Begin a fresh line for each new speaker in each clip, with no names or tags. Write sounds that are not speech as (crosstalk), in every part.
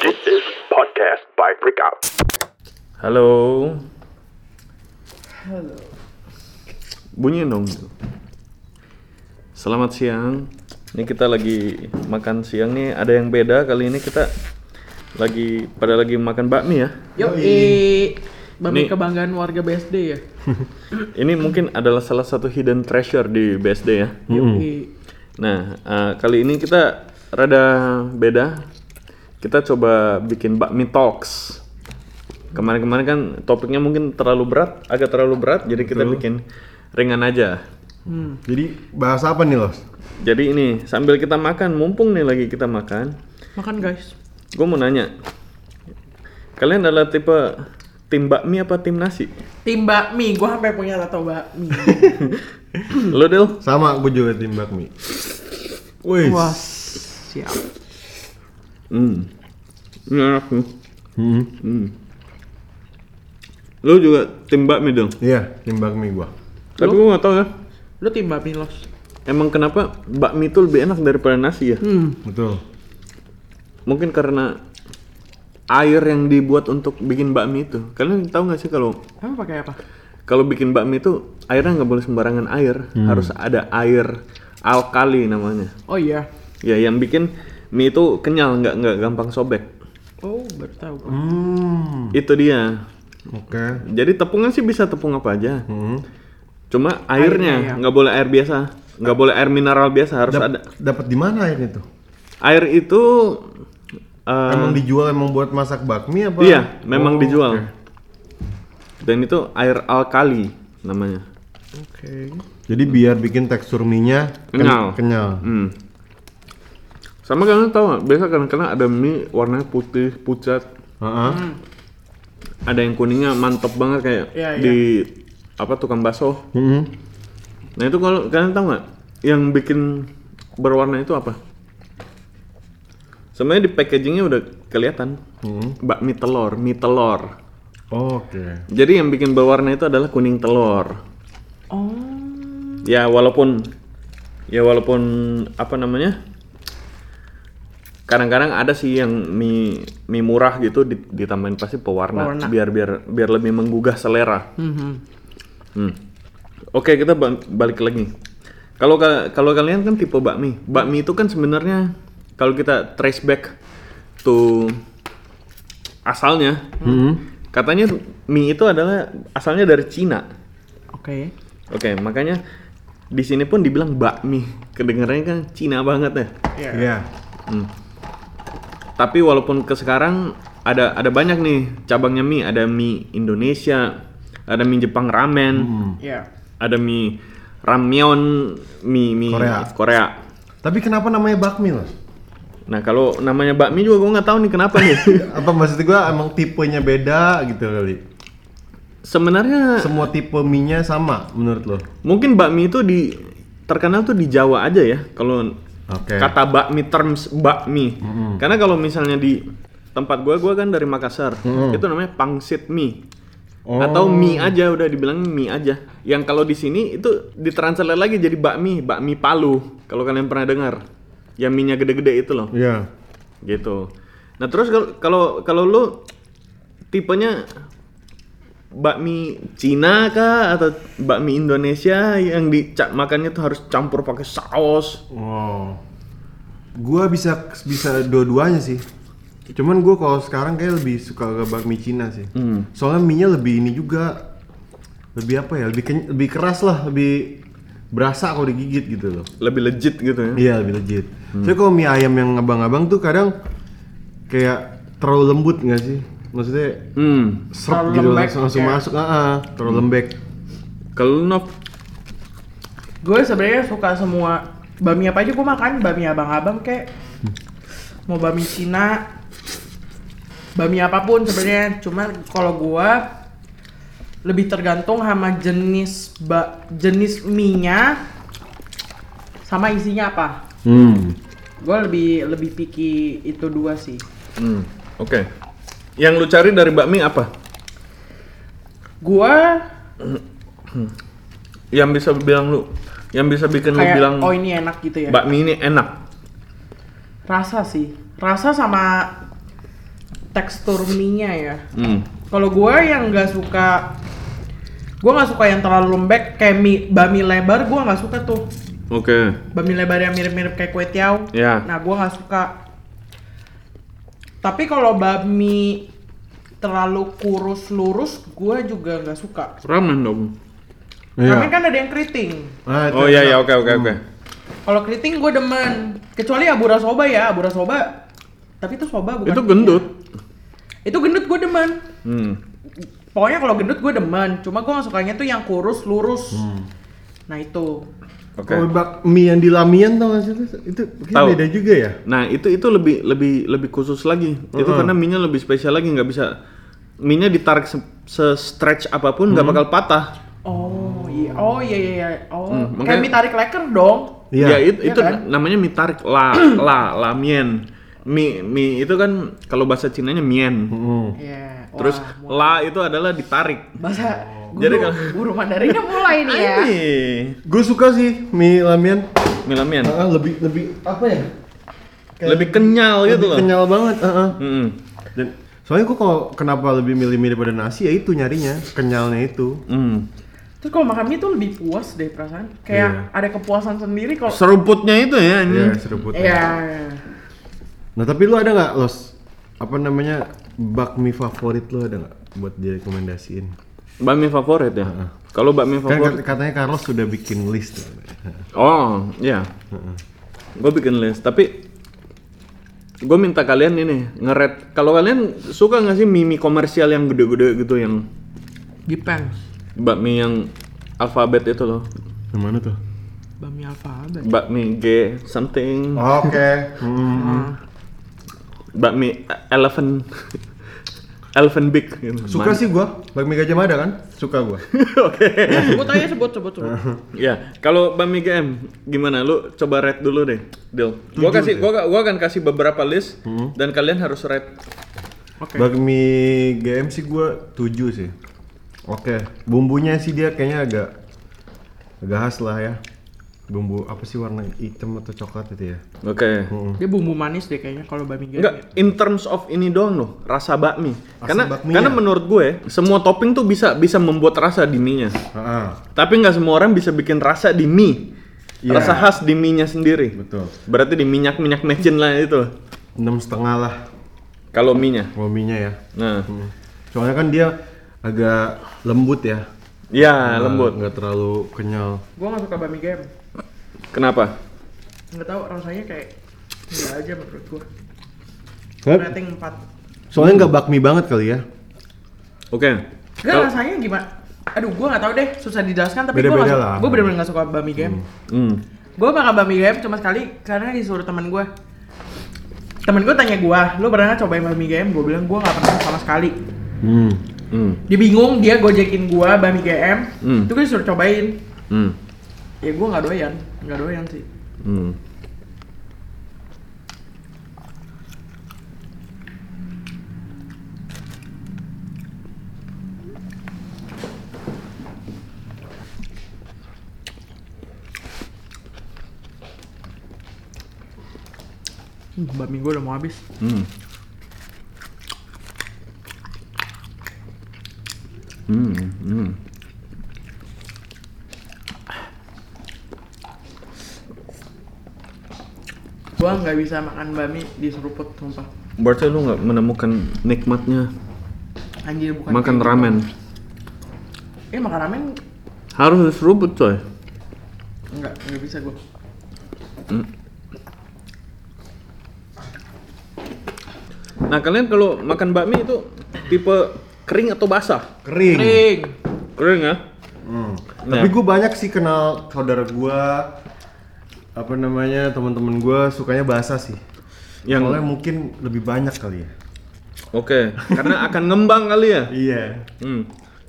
This is podcast by Breakout.
Halo. Bunyiin dong itu. Selamat siang. Ini kita lagi makan siang nih. Ada yang beda kali ini kita lagi pada lagi makan bakmi ya.
Yoi. Bami
Nih.
kebanggaan warga BSD ya.
Ini mungkin adalah salah satu hidden treasure di BSD ya.
Yoi.
Nah, eh, kali ini kita rada beda. Kita coba bikin bakmi talks. Kemarin-kemarin kan topiknya mungkin terlalu berat, agak terlalu berat, jadi kita bikin ringan aja.
Jadi bahas apa nih Los?
Jadi ini sambil kita makan, mumpung nih lagi kita makan,
Makan guys.
gue mau nanya, kalian adalah tipe tim bakmi apa tim (clears throat) nasi?
Tim bakmi, gua sampai punya tato bakmi.
Lo Del?
Sama aku juga tim bakmi. Wih.
(laughs) Wah, siap.
Hmm. Iya, Ini enak nih. Hmm. Lo juga tim bakmi dong?
Iya, tim bakmi gua.
Tapi gue nggak tahu ya.
Lu tim bakmi los.
Emang kenapa bakmi itu lebih enak daripada nasi ya?
Hmm.
Betul.
Mungkin karena air yang dibuat untuk bikin bakmi itu. Kalian tahu nggak sih kalau
Kamu pakai apa?
kalau bikin bakmi itu airnya nggak boleh sembarangan air, harus ada air alkali namanya.
Oh iya.
Ya yang bikin mie itu kenyal, nggak nggak gampang sobek.
Oh, baru tahu gua.
Hmm.
Itu dia.
Oke.
Jadi tepungnya sih bisa tepung apa aja.
Hmm.
Cuma
Airnya, ya.
airnya nggak boleh air biasa, nggak boleh air mineral biasa, harus
Dap-
ada
Dapat di mana airnya tuh?
air itu. eh,
emang dijual emang buat masak bakmi apa?
Iya, memang
Oh,
dijual.
oke.
Dan itu air alkali namanya.
Oke.
Jadi biar bikin tekstur mie-nya ken-
Kenyal.
kenyal.
Hmm. Sama kalian tahu nggak? Biasa kadang-kadang ada mie warnanya putih, pucat.
Heeh.
Ada yang kuningnya mantep banget kayak
Iya, iya.
di apa tukang bakso.
Heeh.
Nah itu kalau kalian tahu nggak? Yang bikin berwarna itu apa? Sebenarnya di packagingnya udah kelihatan. Bakmi telur, mie telur.
Hmm. Oke.
Jadi yang bikin berwarna itu adalah kuning telur.
Oh.
ya walaupun ya walaupun apa namanya kadang-kadang ada sih yang mie mie murah gitu di- ditambahin pasti pewarna,
Pewarna.
biar biar biar lebih menggugah selera
Mhm.
Hmm. oke kita ba- balik lagi kalau ka- kalau kalian kan tipe bakmi bakmi itu kan sebenarnya kalau kita trace back to asalnya
Heeh.
katanya mie itu adalah asalnya dari Cina
Oke.
Oke, makanya di sini pun dibilang bakmi. Kedengarannya kan Cina banget ya.
Iya.
Tapi walaupun ke sekarang ada ada banyak nih cabangnya mie, ada mie Indonesia, ada mie Jepang ramen,
Iya.
ada mie ramyeon, mie mie
Korea. Tapi kenapa namanya bakmi Los?
Nah, kalau namanya bakmi juga gue nggak tahu nih kenapa nih.
(laughs) Apa maksud gua emang tipenya beda gitu kali?
Sebenarnya
Semua tipe mie-nya sama menurut lo?
mungkin bakmi itu di terkenal tuh di Jawa aja ya kalau
Oke.
kata bakmi terms bakmi karena kalau misalnya di tempat gua gua kan dari Makassar itu namanya pangsit mie
Oh.
atau mie aja udah dibilang mie aja yang kalau di sini itu ditranslate lagi jadi bakmi bakmi Palu kalau kalian pernah dengar yang minyak gede-gede itu loh
Iya.
gitu nah terus kalau- kalau kalau lu tipenya bakmi Cina kah atau bakmi Indonesia yang di makannya tuh harus campur pakai saus
Wow. Gua bisa bisa dua-duanya sih. Cuman gua kalau sekarang kayak lebih suka ke bakmi Cina sih.
Hmm.
Soalnya mie-nya lebih ini juga lebih apa ya? Lebih ken- lebih keras lah, lebih berasa kalau digigit gitu loh.
lebih legit gitu ya.
Iya, lebih legit. Soalnya kalau mie ayam yang abang-abang tuh kadang kayak terlalu lembut nggak sih? Maksudnya
Hmm.
serap
Terlalu
gitu
lembek,
langsung,
ya.
langsung
kayak-
masuk, ah, ah, terlalu lembek.
Kalau lu, Nov,
Gue sebenarnya suka semua bami apa aja gue makan, bami abang-abang kayak mau bami Cina, bami apapun sebenarnya. Cuma kalau gua lebih tergantung sama jenis ba jenis mie-nya sama isinya apa.
Hmm.
Gue lebih lebih picky itu dua sih.
hmm, oke. Yang lu cari dari bakmi apa?
Gua
Yang bisa bilang lu, yang bisa bikin lu
kayak
bilang
oh ini enak gitu ya.
bakmi ini enak.
Rasa sih. Rasa sama tekstur mie-nya ya.
Hmm.
Kalau gua yang nggak suka gua nggak suka yang terlalu lembek kayak mie bami lebar gua nggak suka tuh.
Oke.
Bami lebar yang mirip-mirip kayak kue tiaw.
Ya.
Nah, gua nggak suka. Tapi kalau bami terlalu kurus lurus, gua juga nggak suka.
Ramen dong.
Iya.
Ramen kan ada yang keriting.
Ah, itu
Oh iya
enak.
iya oke oke oke.
Kalau keriting gue demen. Kecuali abura soba ya, abura soba. Tapi itu soba bukan.
Itu gendut.
Itu gendut gue demen.
Hmm.
Pokoknya kalau gendut gue demen. Cuma gue sukanya tuh yang kurus lurus.
Hmm.
Nah itu.
Oke.
Oh,
Kalau bak mie yang di Lamian tau gak sih? Itu- Itu kayaknya
Tahu.
beda juga ya?
Nah, itu itu lebih lebih lebih khusus lagi. Itu
Mm-mm.
karena minyak lebih spesial lagi nggak bisa minyak ditarik se, stretch apapun nggak bakal patah.
Oh iya, oh iya iya, iya. oh
Hmm,
kayak
makanya-
mie tarik leker dong.
Iya.
Ya itu,
Iya
itu
kan?
namanya mie tarik
(clears throat)
la la lamien. Mie mie itu kan kalau bahasa Cinanya mien.
Hmm.
Iya.
Terus
wah, mu-
la itu adalah ditarik. (laughs)
bahasa guru,
Jadi kalau-
guru Mandarinnya mulai nih
Iya.
ya.
Ini
Gue suka sih mie Lamian.
mie lamien.
Ah, ah, lebih lebih apa ya? Kayak
Lebih kenyal
lebih
gitu loh. Hmm. Mm,
Kenyal banget. ah, ah.
Mm-mm.
Dan soalnya gue kalau kenapa lebih milih mie daripada nasi ya itu nyarinya kenyalnya itu.
Mm.
Terus kalau makan mie tuh lebih puas deh perasaan.
Iya.
Kayak ada kepuasan sendiri kalau.
Seruputnya itu ya. ini.
Iya seruputnya.
Iya.
Nah tapi lu ada nggak los apa namanya bakmi favorit lu ada nggak buat direkomendasiin?
Bakmi favorit ya. Kalau bakmi
Kan
favorit
kat- katanya Carlos sudah bikin list.
Oh, iya. Gue bikin list, tapi gue minta kalian ini ngeret. Kalau kalian suka nggak sih mimi komersial yang gede-gede gitu yang
Depends.
bakmi yang alfabet itu loh.
Yang mana tuh?
Bami alfabet.
Bakmi G something,
Oke. Hmm.
bakmi elephant (laughs) elephant big gitu. (laughs)
Suka
Man-
sih gua, bakmi Gajah Mada kan? Suka gua.
Ya, sebut aja sebut sebut
(laughs)
sebut.
Ya, kalau bakmi GM gimana lu coba red dulu deh. Deal. Gua
Tujuh
kasih
deh.
gua, gua akan kasih beberapa list dan kalian harus red.
Bakmi GM sih gua 7 sih. Oke, bumbunya sih dia kayaknya agak agak khas lah ya. Bumbu apa sih warna hitam atau coklat itu ya?
Oke.
Dia bumbu manis deh kayaknya kalau bami garam.
Enggak, in terms of ini doang loh, rasa bakmi.
Rasa
karena
bakminya.
karena menurut gue semua topping tuh bisa bisa membuat rasa di mie-nya.
Heeh.
Tapi nggak semua orang bisa bikin rasa di mie.
Iya.
Rasa khas di mie-nya sendiri.
Betul.
Berarti di minyak-minyak mecin lah itu.
Enam setengah lah
Kalau mie-nya.
wominya ya.
Nah,
Hmm. Soalnya kan dia agak lembut ya.
ya
Nggak-
lembut.
Nggak terlalu kenyal.
Gue gak suka bami garam.
Kenapa?
Nggak tahu rasanya kayak enggak aja menurut gue.
Soalnya-
Rating 4
Soalnya nggak bakmi banget kali ya.
Oke.
Enggak
Kalau-
rasanya gimana? Aduh, gue gak tahu deh, susah dijelaskan tapi gue
Beda-beda
gak,
lah.
gue bener-bener gak suka bami garam.
Hmm.
Gue makan bami garam cuma sekali karena disuruh teman gue. Temen gue tanya gue, lu pernah nggak cobain bami garam? Gue bilang gue gak pernah sama sekali.
Hmm.
Hmm.
Dia bingung, dia gojekin gue bami garam,
Hmm.
itu gue disuruh cobain.
Hmm.
Ya gue gak doyan, gak doyan sih.
Hmm.
Hmm, bami gue udah mau habis.
Hmm. Hmm. Hmm.
Gua nggak bisa makan bami diseruput sumpah.
Berarti lu nggak menemukan nikmatnya
Anjir bukan.
makan
kayak gitu.
ramen.
Eh makan ramen
Harus seruput coy.
nggak nggak bisa gua.
Nah kalian kalau makan bakmi itu tipe kering atau basah?
Kering.
Kering.
Kering ya?
Hmm.
Nah.
Tapi gue banyak sih kenal saudara gue apa namanya teman-teman gue sukanya basah sih.
Yang
Soalnya mungkin lebih banyak kali ya.
oke, karena akan ngembang kali ya.
Iya.
Hmm.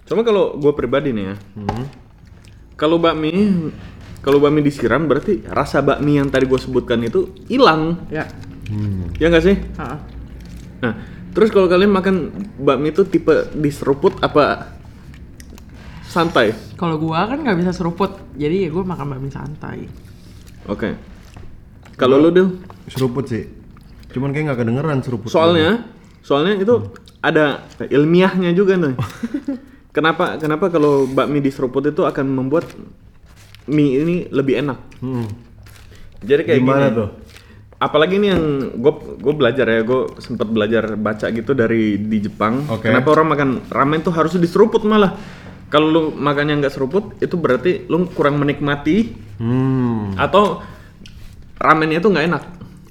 Cuma kalau gue pribadi nih ya,
Hmm.
kalau bakmi kalau bakmi disiram berarti rasa bakmi yang tadi gue sebutkan itu hilang.
Hmm.
Ya.
Ya nggak sih?
Ha-ha.
Nah, Terus kalau kalian makan bakmi itu tipe diseruput apa santai?
Kalau gua kan nggak bisa seruput, jadi ya gua makan bakmi santai.
Oke. Kalau lu Dil?
Seruput sih. Cuman kayak nggak kedengeran seruput.
Soalnya, soalnya itu ada ilmiahnya juga nih. kenapa kenapa kalau bakmi diseruput itu akan membuat mie ini lebih enak?
Hmm.
Jadi kayak
Gimana
gini.
tuh?
Apalagi ini yang gue gue belajar ya, gue sempet belajar baca gitu dari di Jepang.
Oke.
Kenapa orang makan ramen tuh harus diseruput malah? Kalau lu makannya nggak seruput, itu berarti lu kurang menikmati
Hmm.
atau ramennya tuh nggak enak.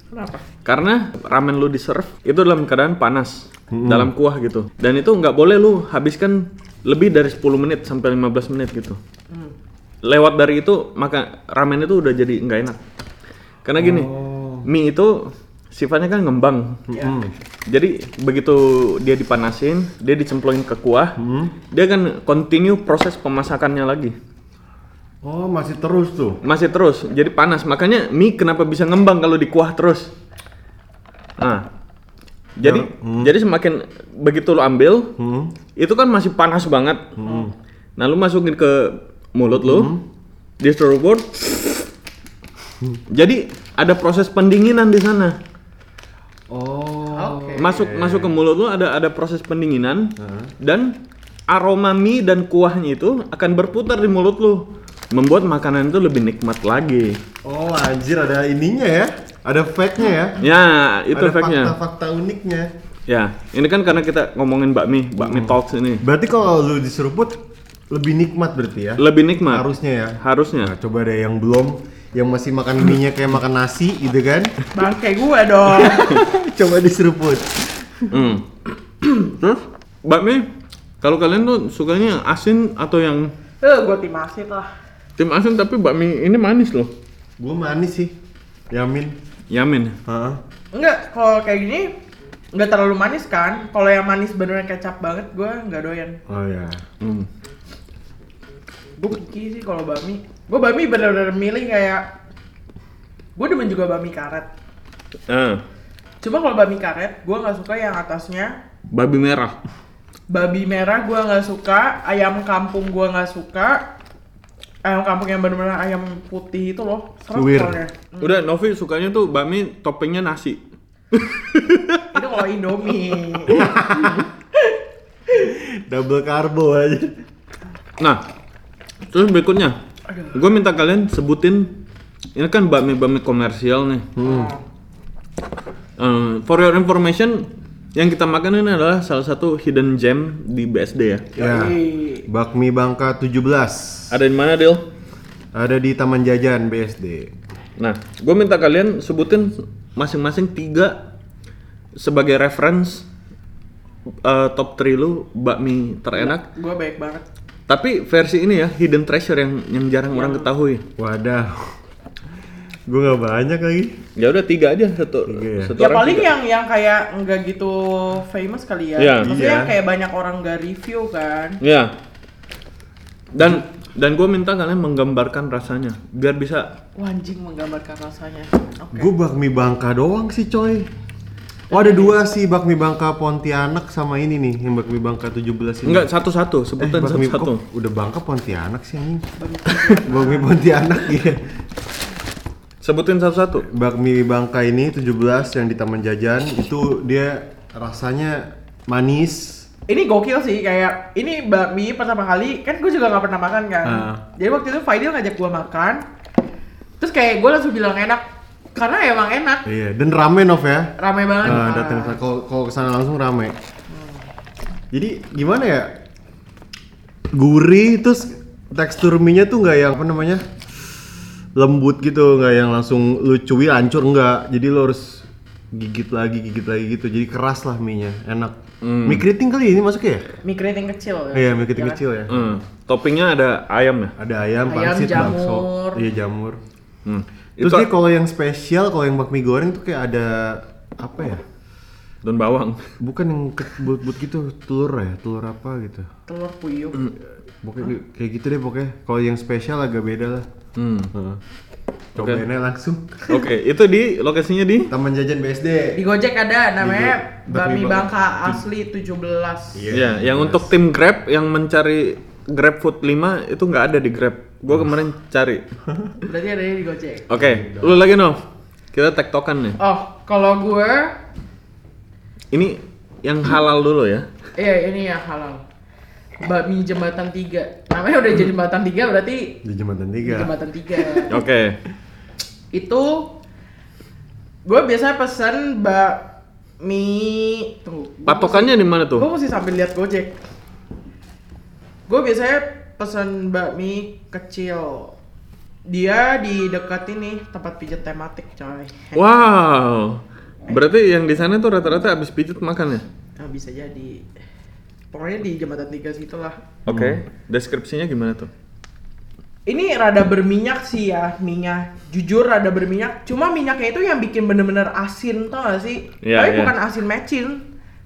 Kenapa?
Karena ramen lu di serve itu dalam keadaan panas, dalam kuah gitu. Dan itu nggak boleh lu habiskan lebih dari 10 menit sampai 15 menit gitu. Lewat dari itu maka ramen itu udah jadi nggak enak. Karena gini, mie itu sifatnya kan ngembang.
Hmm.
Jadi begitu dia dipanasin, dia dicemplungin ke kuah, dia kan continue proses pemasakannya lagi.
Oh masih terus tuh.
Masih terus, jadi panas. Makanya mie kenapa bisa ngembang kalau dikuah terus? Nah, jadi jadi semakin begitu lo ambil,
Hmm.
itu kan masih panas banget. Nah, lu masukin ke mulut lo,
Hmm.
di strawboard. Jadi ada proses pendinginan di sana.
Oh.
Oke.
Masuk masuk ke mulut lu ada ada proses pendinginan dan aroma mie dan kuahnya itu akan berputar di mulut lu, membuat makanan itu lebih nikmat lagi.
Oh anjir ada ininya ya. Ada fact-nya ya.
Ya, itu
ada
efeknya.
fakta-fakta uniknya.
Ya, ini kan karena kita ngomongin bakmi, bakmi
Hmm.
talks ini.
Berarti kalau lu diseruput lebih nikmat berarti ya.
Lebih nikmat.
Harusnya ya.
Harusnya.
Nah, coba deh yang belum yang masih makan mie-nya kayak makan nasi gitu kan.
Bangke gua dong.
(laughs)
coba diseruput.
Hmm. (clears throat) Terus bakmi kalau kalian tuh sukanya asin atau yang
Eh, gua tim asin lah.
tim asin tapi bakmi ini manis loh.
Gua manis sih. Yamin.
Yamin.
Heeh.
Enggak, kalau kayak gini nggak terlalu manis kan? Kalau yang manis beneran kecap banget, gua nggak doyan.
Oh ya.
Hmm.
Gue benci sih kalau bakmi. Gue bakmi bener-bener milih kayak gue demen juga bakmi karet.
Ah,
Cuma kalau bakmi karet, gue nggak suka yang atasnya
babi merah.
babi merah gue nggak suka, ayam kampung gue nggak suka, ayam kampung yang bener-bener ayam putih itu loh, serem
Suwir.
soalnya.
Udah Novi sukanya tuh bakmi toppingnya nasi.
Itu kalau
(laughs)
Indomie.
Double karbo aja.
Nah, terus berikutnya, gue minta kalian sebutin ini kan bakmi-bakmi komersial nih.
Hmm,
Nah,
Eh, for your information, yang kita makan ini adalah salah satu hidden gem di BSD ya.
Ya.
Yoi.
Bakmi Bangka 17.
Ada di mana, Del?
Ada di Taman Jajan BSD.
Nah, gue minta kalian sebutin masing-masing tiga sebagai reference eh, top 3 lu bakmi terenak.
gue baik banget.
Tapi versi ini ya hidden treasure yang yang jarang
Ya.
orang ketahui.
Wadah. Gue gak banyak lagi.
Ya udah tiga aja satu
Tiga ya.
satu
Ya
orang
paling
tiga.
yang yang kayak nggak gitu famous kali ya.
Iya.
Maksudnya
Iya.
yang kayak banyak orang nggak review kan.
Ya. Dan dan gue minta kalian menggambarkan rasanya biar bisa
Wah, anjing menggambarkan rasanya. Oke.
Gue bakmi Bangka doang sih, coy. Oh, ada dua sih bakmi Bangka Pontianak sama ini nih, yang bakmi Bangka 17 ini.
enggak satu-satu
Iya. eh,
sebutan
bakmi
satu-satu.
kok udah Bangka Pontianak sih anjing. (laughs) bakmi Pontianak iya.
Sebutin satu-satu.
Bakmi Bangka ini 17 yang di Taman Jajan itu dia rasanya manis.
Ini gokil sih kayak ini bakmi pertama kali kan gue juga nggak pernah makan kan.
Ah.
Jadi waktu itu Fadil ngajak gue makan. Terus kayak gue langsung bilang enak karena emang enak.
Iya, dan rame Nov ya.
Ramai banget.
Nah,
Ah.
datang ke- kalau kalau kesana langsung rame. Jadi gimana ya? Gurih terus tekstur mie-nya tuh nggak yang apa namanya lembut gitu, nggak yang langsung lu cuy hancur nggak. Jadi lo harus gigit lagi, gigit lagi gitu. Jadi keras lah mie-nya, enak.
Hmm.
Mie keriting kali ini masuknya ya?
Ah, Mie keriting kecil.
Iya, mie keriting
Iya kan?
kecil ya.
Hmm. Toppingnya ada ayam ya.
Ada ayam,
Ayam,
pangsit, bakso,
jamur.
iya jamur.
Hmm.
Terus
Itu
dia kalau yang spesial, kalau yang bakmi goreng tuh kayak ada apa ya?
daun bawang.
Bukan yang ke- but-but gitu, telur ya, telur apa gitu.
Telur puyuh.
Mm. Pokoknya kayak gitu deh pokoknya. Kalau yang spesial agak beda lah.
Hmm.
Heeh. Cobainnya langsung.
Oke, itu di lokasinya di
Taman Jajan BSD.
Di Gojek ada namanya
Di Go-
Bami
Bakmi
Bangka Asli 17.
Iya,
Ya, yang untuk tim Grab yang mencari Grab Food 5 itu nggak ada di Grab. Gua
Oh.
kemarin
(laughs)
cari.
Berarti ada di Gojek.
Oke, lu lagi Nov. Kita tektokan nih.
Oh, kalau gue
Ini yang halal dulu ya.
iya ini ya halal. Bakmi Jembatan 3. Namanya udah jadi Jembatan 3 berarti
Di jembatan
di
3.
Jembatan 3.
Oke.
Itu gue biasanya pesen bakmi tuh. gua
Patokannya di mana
Gue
tuh?
mesti sambil lihat Gojek. Gue biasanya pesen bakmi kecil. Dia di dekat ini tempat pijat tematik, coy.
Wow. Berarti yang di sana tuh rata-rata habis pijet makan ya?
Nah, bisa jadi. Pokoknya di jembatan tiga situ lah.
Oke. Hmm. Deskripsinya gimana tuh?
Ini rada berminyak sih ya minyak. Jujur rada berminyak. Cuma minyaknya itu yang bikin bener-bener asin tau gak sih?
Iya,
tapi
iya.
bukan asin mecin,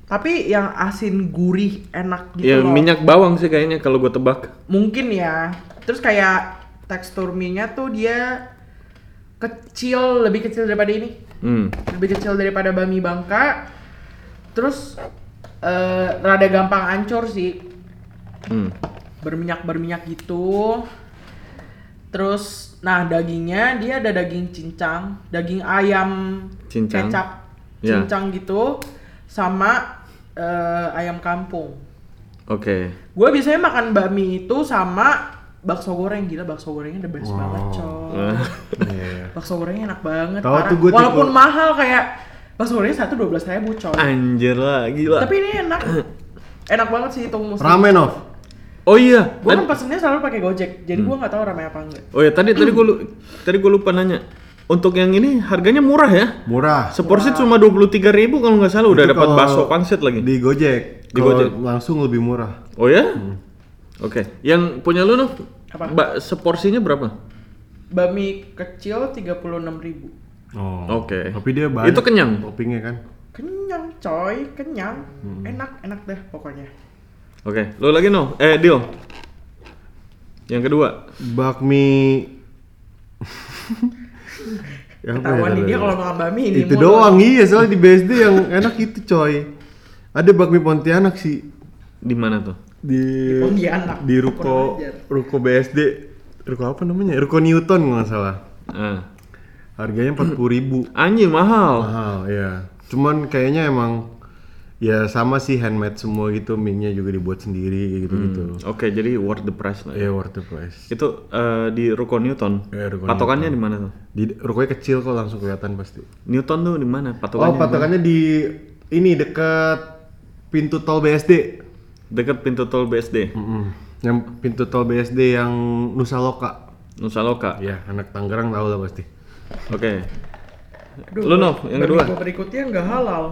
tapi yang asin gurih enak gitu
ya
loh.
minyak bawang sih kayaknya kalau gue tebak.
mungkin ya terus kayak tekstur minyak tuh dia kecil lebih kecil daripada ini
Hmm.
lebih kecil daripada bami bangka terus eh, rada gampang ancur sih
Hmm.
berminyak berminyak gitu terus nah dagingnya dia ada daging cincang daging ayam
Cincang.
kecap
Ya.
cincang gitu sama eh, ayam kampung
Oke.
Gue biasanya makan bakmi itu sama bakso goreng gila bakso gorengnya the best
Wow.
banget coy.
(laughs) Iya.
Bakso gorengnya enak banget.
Tahu
parah.
tuh gua tipe-
Walaupun mahal kayak bakso gorengnya satu dua belas ribu coy.
Ah,
Anjir lah, gila.
Tapi ini enak, enak banget sih itu musim.
Ramen of.
Oh iya.
Gue kan
tadi-
pesennya selalu pakai gojek, jadi
Hmm.
gua gue nggak tahu ramai apa enggak.
Oh ya tadi tadi gue tadi gue lupa nanya. Untuk yang ini harganya murah ya?
Murah.
Seporsi cuma dua puluh tiga ribu kalau nggak salah udah
Itu
dapat
kalau
bakso pangsit lagi.
Di Gojek.
Di
Di Gojek
Gojek.
langsung lebih murah.
Oh ya?
Hmm.
Oke. Yang punya lu Nov?
Apa?
Mbak seporsinya berapa?
Bakmi kecil tiga puluh enam ribu.
Oh.
Oke.
Tapi dia banyak.
Itu kenyang?
Toppingnya kan.
Kenyang coy, kenyang,
Hmm.
enak enak deh pokoknya.
Oke. Lu lagi Nov? Eh Deal. Yang kedua.
Bakmi. (laughs) Ya, apa ya,
Ketahuan nih
tadi?
dia kalau makan bakmi ini
itu
mulu.
doang iya soalnya di BSD yang enak itu coy ada bakmi Pontianak sih
Di mana tuh?
di
Pontianak.
di
Kurang
ruko
ajar.
ruko BSD ruko apa namanya ruko Newton kalau nggak salah
Ah.
harganya empat puluh ribu
Anjing mahal.
mahal ya cuman kayaknya emang ya sama sih handmade semua gitu minyak juga dibuat sendiri gitu gitu
Hmm.
Oke, jadi worth the price lah. ya.
ya worth the price
Itu eh, di Ruko Newton.
Iya, Ruko
Patokannya di mana tuh?
di rukonya kecil kok langsung kelihatan pasti
Newton tuh di mana?
oh
Patokannya. di mana?
patokannya di ini dekat pintu tol BSD
Dekat pintu tol BSD.
Mm-mm. Yang pintu tol BSD yang Nusa Loka.
Nusa Loka.
Ya, anak Tangerang tahu lah pasti.
Oke.
Aduh,
Lu, Nov, yang
bakmi
kedua.
gua berikutnya nggak halal.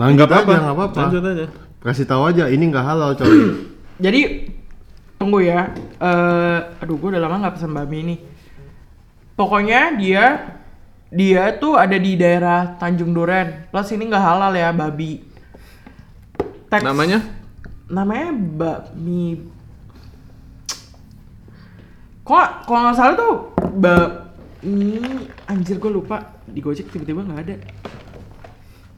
Lanjut aja nggak apa-apa.
Lanjut aja.
Kasih tahu aja ini nggak halal coy.
Jadi tunggu ya. Eh aduh, gue udah lama nggak pesan bakmi ini. Pokoknya dia dia tuh ada di daerah Tanjung Duren. Plus ini nggak halal ya babi. Teks-
Namanya?
Namanya bakmi. Kok kalau nggak salah tuh bakmi anjir gue lupa di Gojek tiba-tiba nggak ada.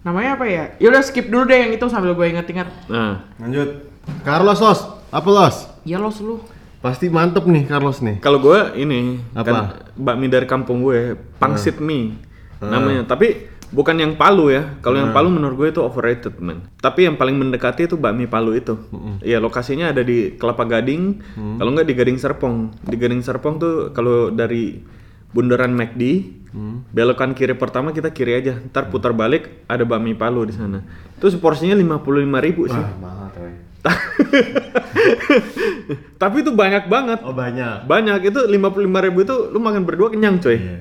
Namanya apa ya? Ya udah skip dulu deh yang itu sambil gue inget-inget.
Nah,
(clears throat) Lanjut. Carlos Sos, apa Los?
Ya los lu.
Pasti mantep nih Carlos nih.
kalau gua ini
Apa?
kan bakmi dari kampung gue, pangsit mie namanya. Tapi bukan yang Palu ya. Kalau yang Palu menurut gue itu overrated, man. Tapi yang paling mendekati itu bakmi Palu itu. Iya, lokasinya ada di Kelapa Gading, kalau nggak di Gading Serpong. Di Gading Serpong tuh kalau dari bundaran McD, belokan kiri pertama kita kiri aja. Ntar putar balik ada bakmi Palu di sana. Itu seporsinya 55.000 sih.
mahal coy.
(laughs) Tapi itu banyak banget.
Oh banyak.
Banyak itu 55.000 itu lu makan berdua kenyang coy.
Iya.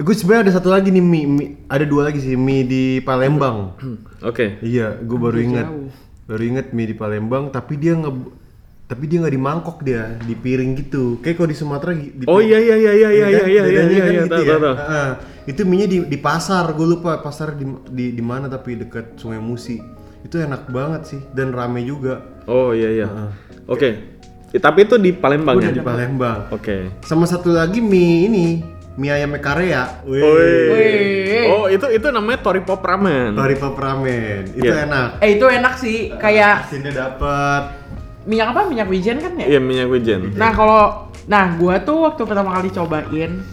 Eh, gue sebenarnya ada satu lagi nih mie, mie- ada dua lagi sih mie di (clears throat) Palembang.
Oke.
iya, gue baru inget.
jauh.
Baru inget mie di Palembang, tapi dia nge tapi dia nggak di mangkok dia, di piring gitu. Kayak kalau di Sumatera gi- di
Oh iya iya iya iya iya iya iya
kan?
iya
Bedanya
iya
kan
iya
gitu
tahu,
ya.
tahu, tahu.
Heeh. itu minyak di, di pasar, gue lupa pasar di di, di mana tapi dekat Sungai Musi. Itu enak banget sih dan rame juga.
Oh iya iya. Oke. Eh, Tapi itu di Palembang
Udah
ya.
di Palembang.
Oke.
Sama satu lagi mie ini mie ayamnya Korea.
Woi.
Wih.
Oh, itu itu namanya Toripop Ramen.
Toripop ramen. Itu
Iya.
enak.
Eh itu enak sih, kayak
Asinnya dapat.
minyak apa? Minyak wijen kan ya?
Iya, minyak wijen.
Nah kalau, nah gua tuh waktu pertama kali cobain,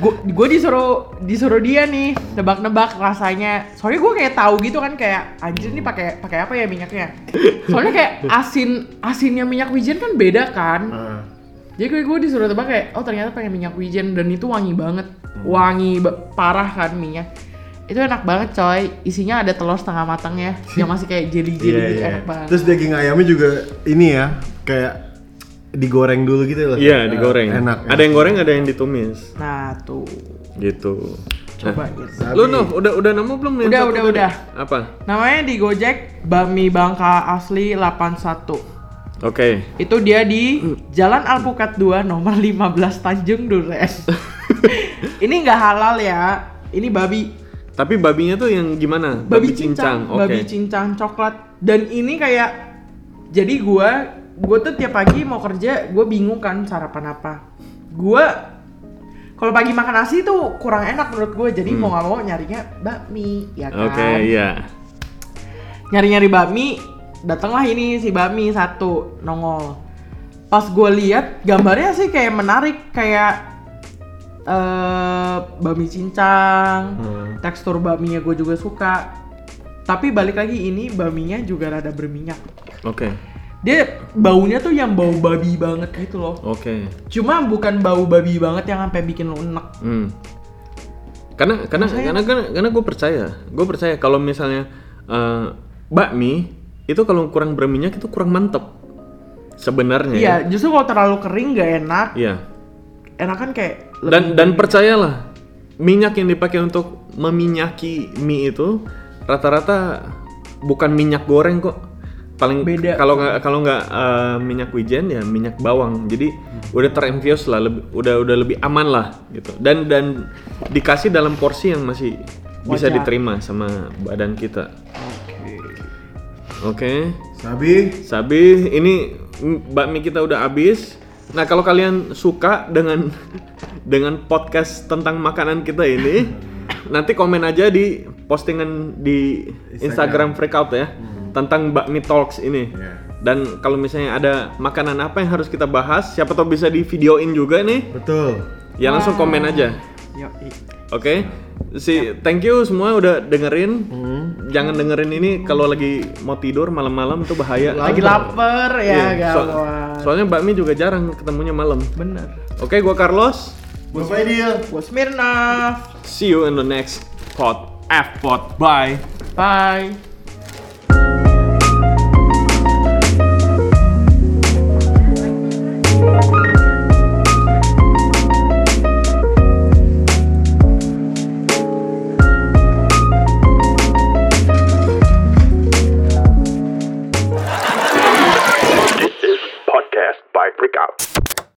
gua, gua disuruh disuruh dia nih nebak-nebak rasanya. Soalnya gua kayak tahu gitu kan kayak anjir nih pakai pakai apa ya minyaknya? Soalnya kayak asin asinnya minyak wijen kan beda kan.
Nah,
Jadi gue, gue disuruh tebak kayak, oh ternyata pakai minyak wijen dan itu wangi banget, wangi ba- parah kan minyak. Itu enak banget coy, isinya ada telur setengah matang ya, yang masih kayak jelly jelly
iya,
gitu
iya.
enak banget.
Terus daging ayamnya juga ini ya, kayak digoreng dulu gitu lah.
Iya, digoreng.
Enak.
Ada yang goreng, ada yang ditumis.
nah tuh
Gitu.
coba
Sabi.
Lu Nov, udah udah nemu belum nih?
Udah,
Satu
udah,
tadi?
udah.
Apa?
Namanya di Gojek Bami Bangka Asli 81.
Oke.
Itu dia di Jalan Alpukat 2 nomor 15 Tanjung Duren.
(laughs)
Ini nggak halal ya. Ini babi
Tapi babinya tuh yang gimana?
babi cincang,
Oke.
babi cincang coklat. Dan ini kayak jadi gua gua tuh tiap pagi mau kerja, gua bingung kan sarapan apa. Gua kalau pagi makan nasi tuh kurang enak menurut gue, jadi mau nggak mau nyarinya bakmi, ya kan?
Hmm. Oke, iya.
Nyari-nyari bakmi, datanglah ini si bakmi satu nongol. Pas gue lihat gambarnya sih kayak menarik, kayak eh bakmi cincang, tekstur bakminya gue juga suka. Tapi balik lagi ini bakminya juga rada berminyak.
Oke.
Dia baunya tuh yang bau babi banget gitu loh.
Oke.
Cuma bukan bau babi banget yang sampai bikin lo enek.
Hmm. Karena karena karena karena, karena gue percaya, gue percaya kalau misalnya eh, bakmi itu kalau kurang berminyak itu kurang mantep sebenarnya. ya.
Iya, justru kalau terlalu kering gak enak.
Iya.
Enak kan kayak
Dan dan percayalah minyak yang dipakai untuk meminyaki mie itu rata-rata bukan minyak goreng kok paling
Beda.
kalau nggak kalau nggak eh, minyak wijen ya minyak bawang jadi
Hmm.
udah terinfuse lah lebih, udah udah lebih aman lah gitu dan dan dikasih dalam porsi yang masih bisa
Wajar.
diterima sama badan kita oke
Sabi,
Sabi, ini bakmi kita udah habis. Nah, kalau kalian suka dengan (laughs) dengan podcast tentang makanan kita ini, nanti komen aja di postingan di Instagram,
Instagram.
Freakout ya tentang bakmi talks ini.
Iya.
Dan kalau misalnya ada makanan apa yang harus kita bahas, siapa tahu bisa di videoin juga nih.
betul.
Ya langsung komen aja.
Yoi.
Oke. Si thank you semua udah dengerin. Jangan dengerin ini kalau lagi mau tidur malam-malam tuh bahaya.
lagi lapar
Iya,
ya
so-
gawat
soalnya bakmi juga jarang ketemunya malam.
bener
Oke, gua Carlos.
Bapak dia.
gue Smirnoff
See you in the next pod. F pod. Bye.
bye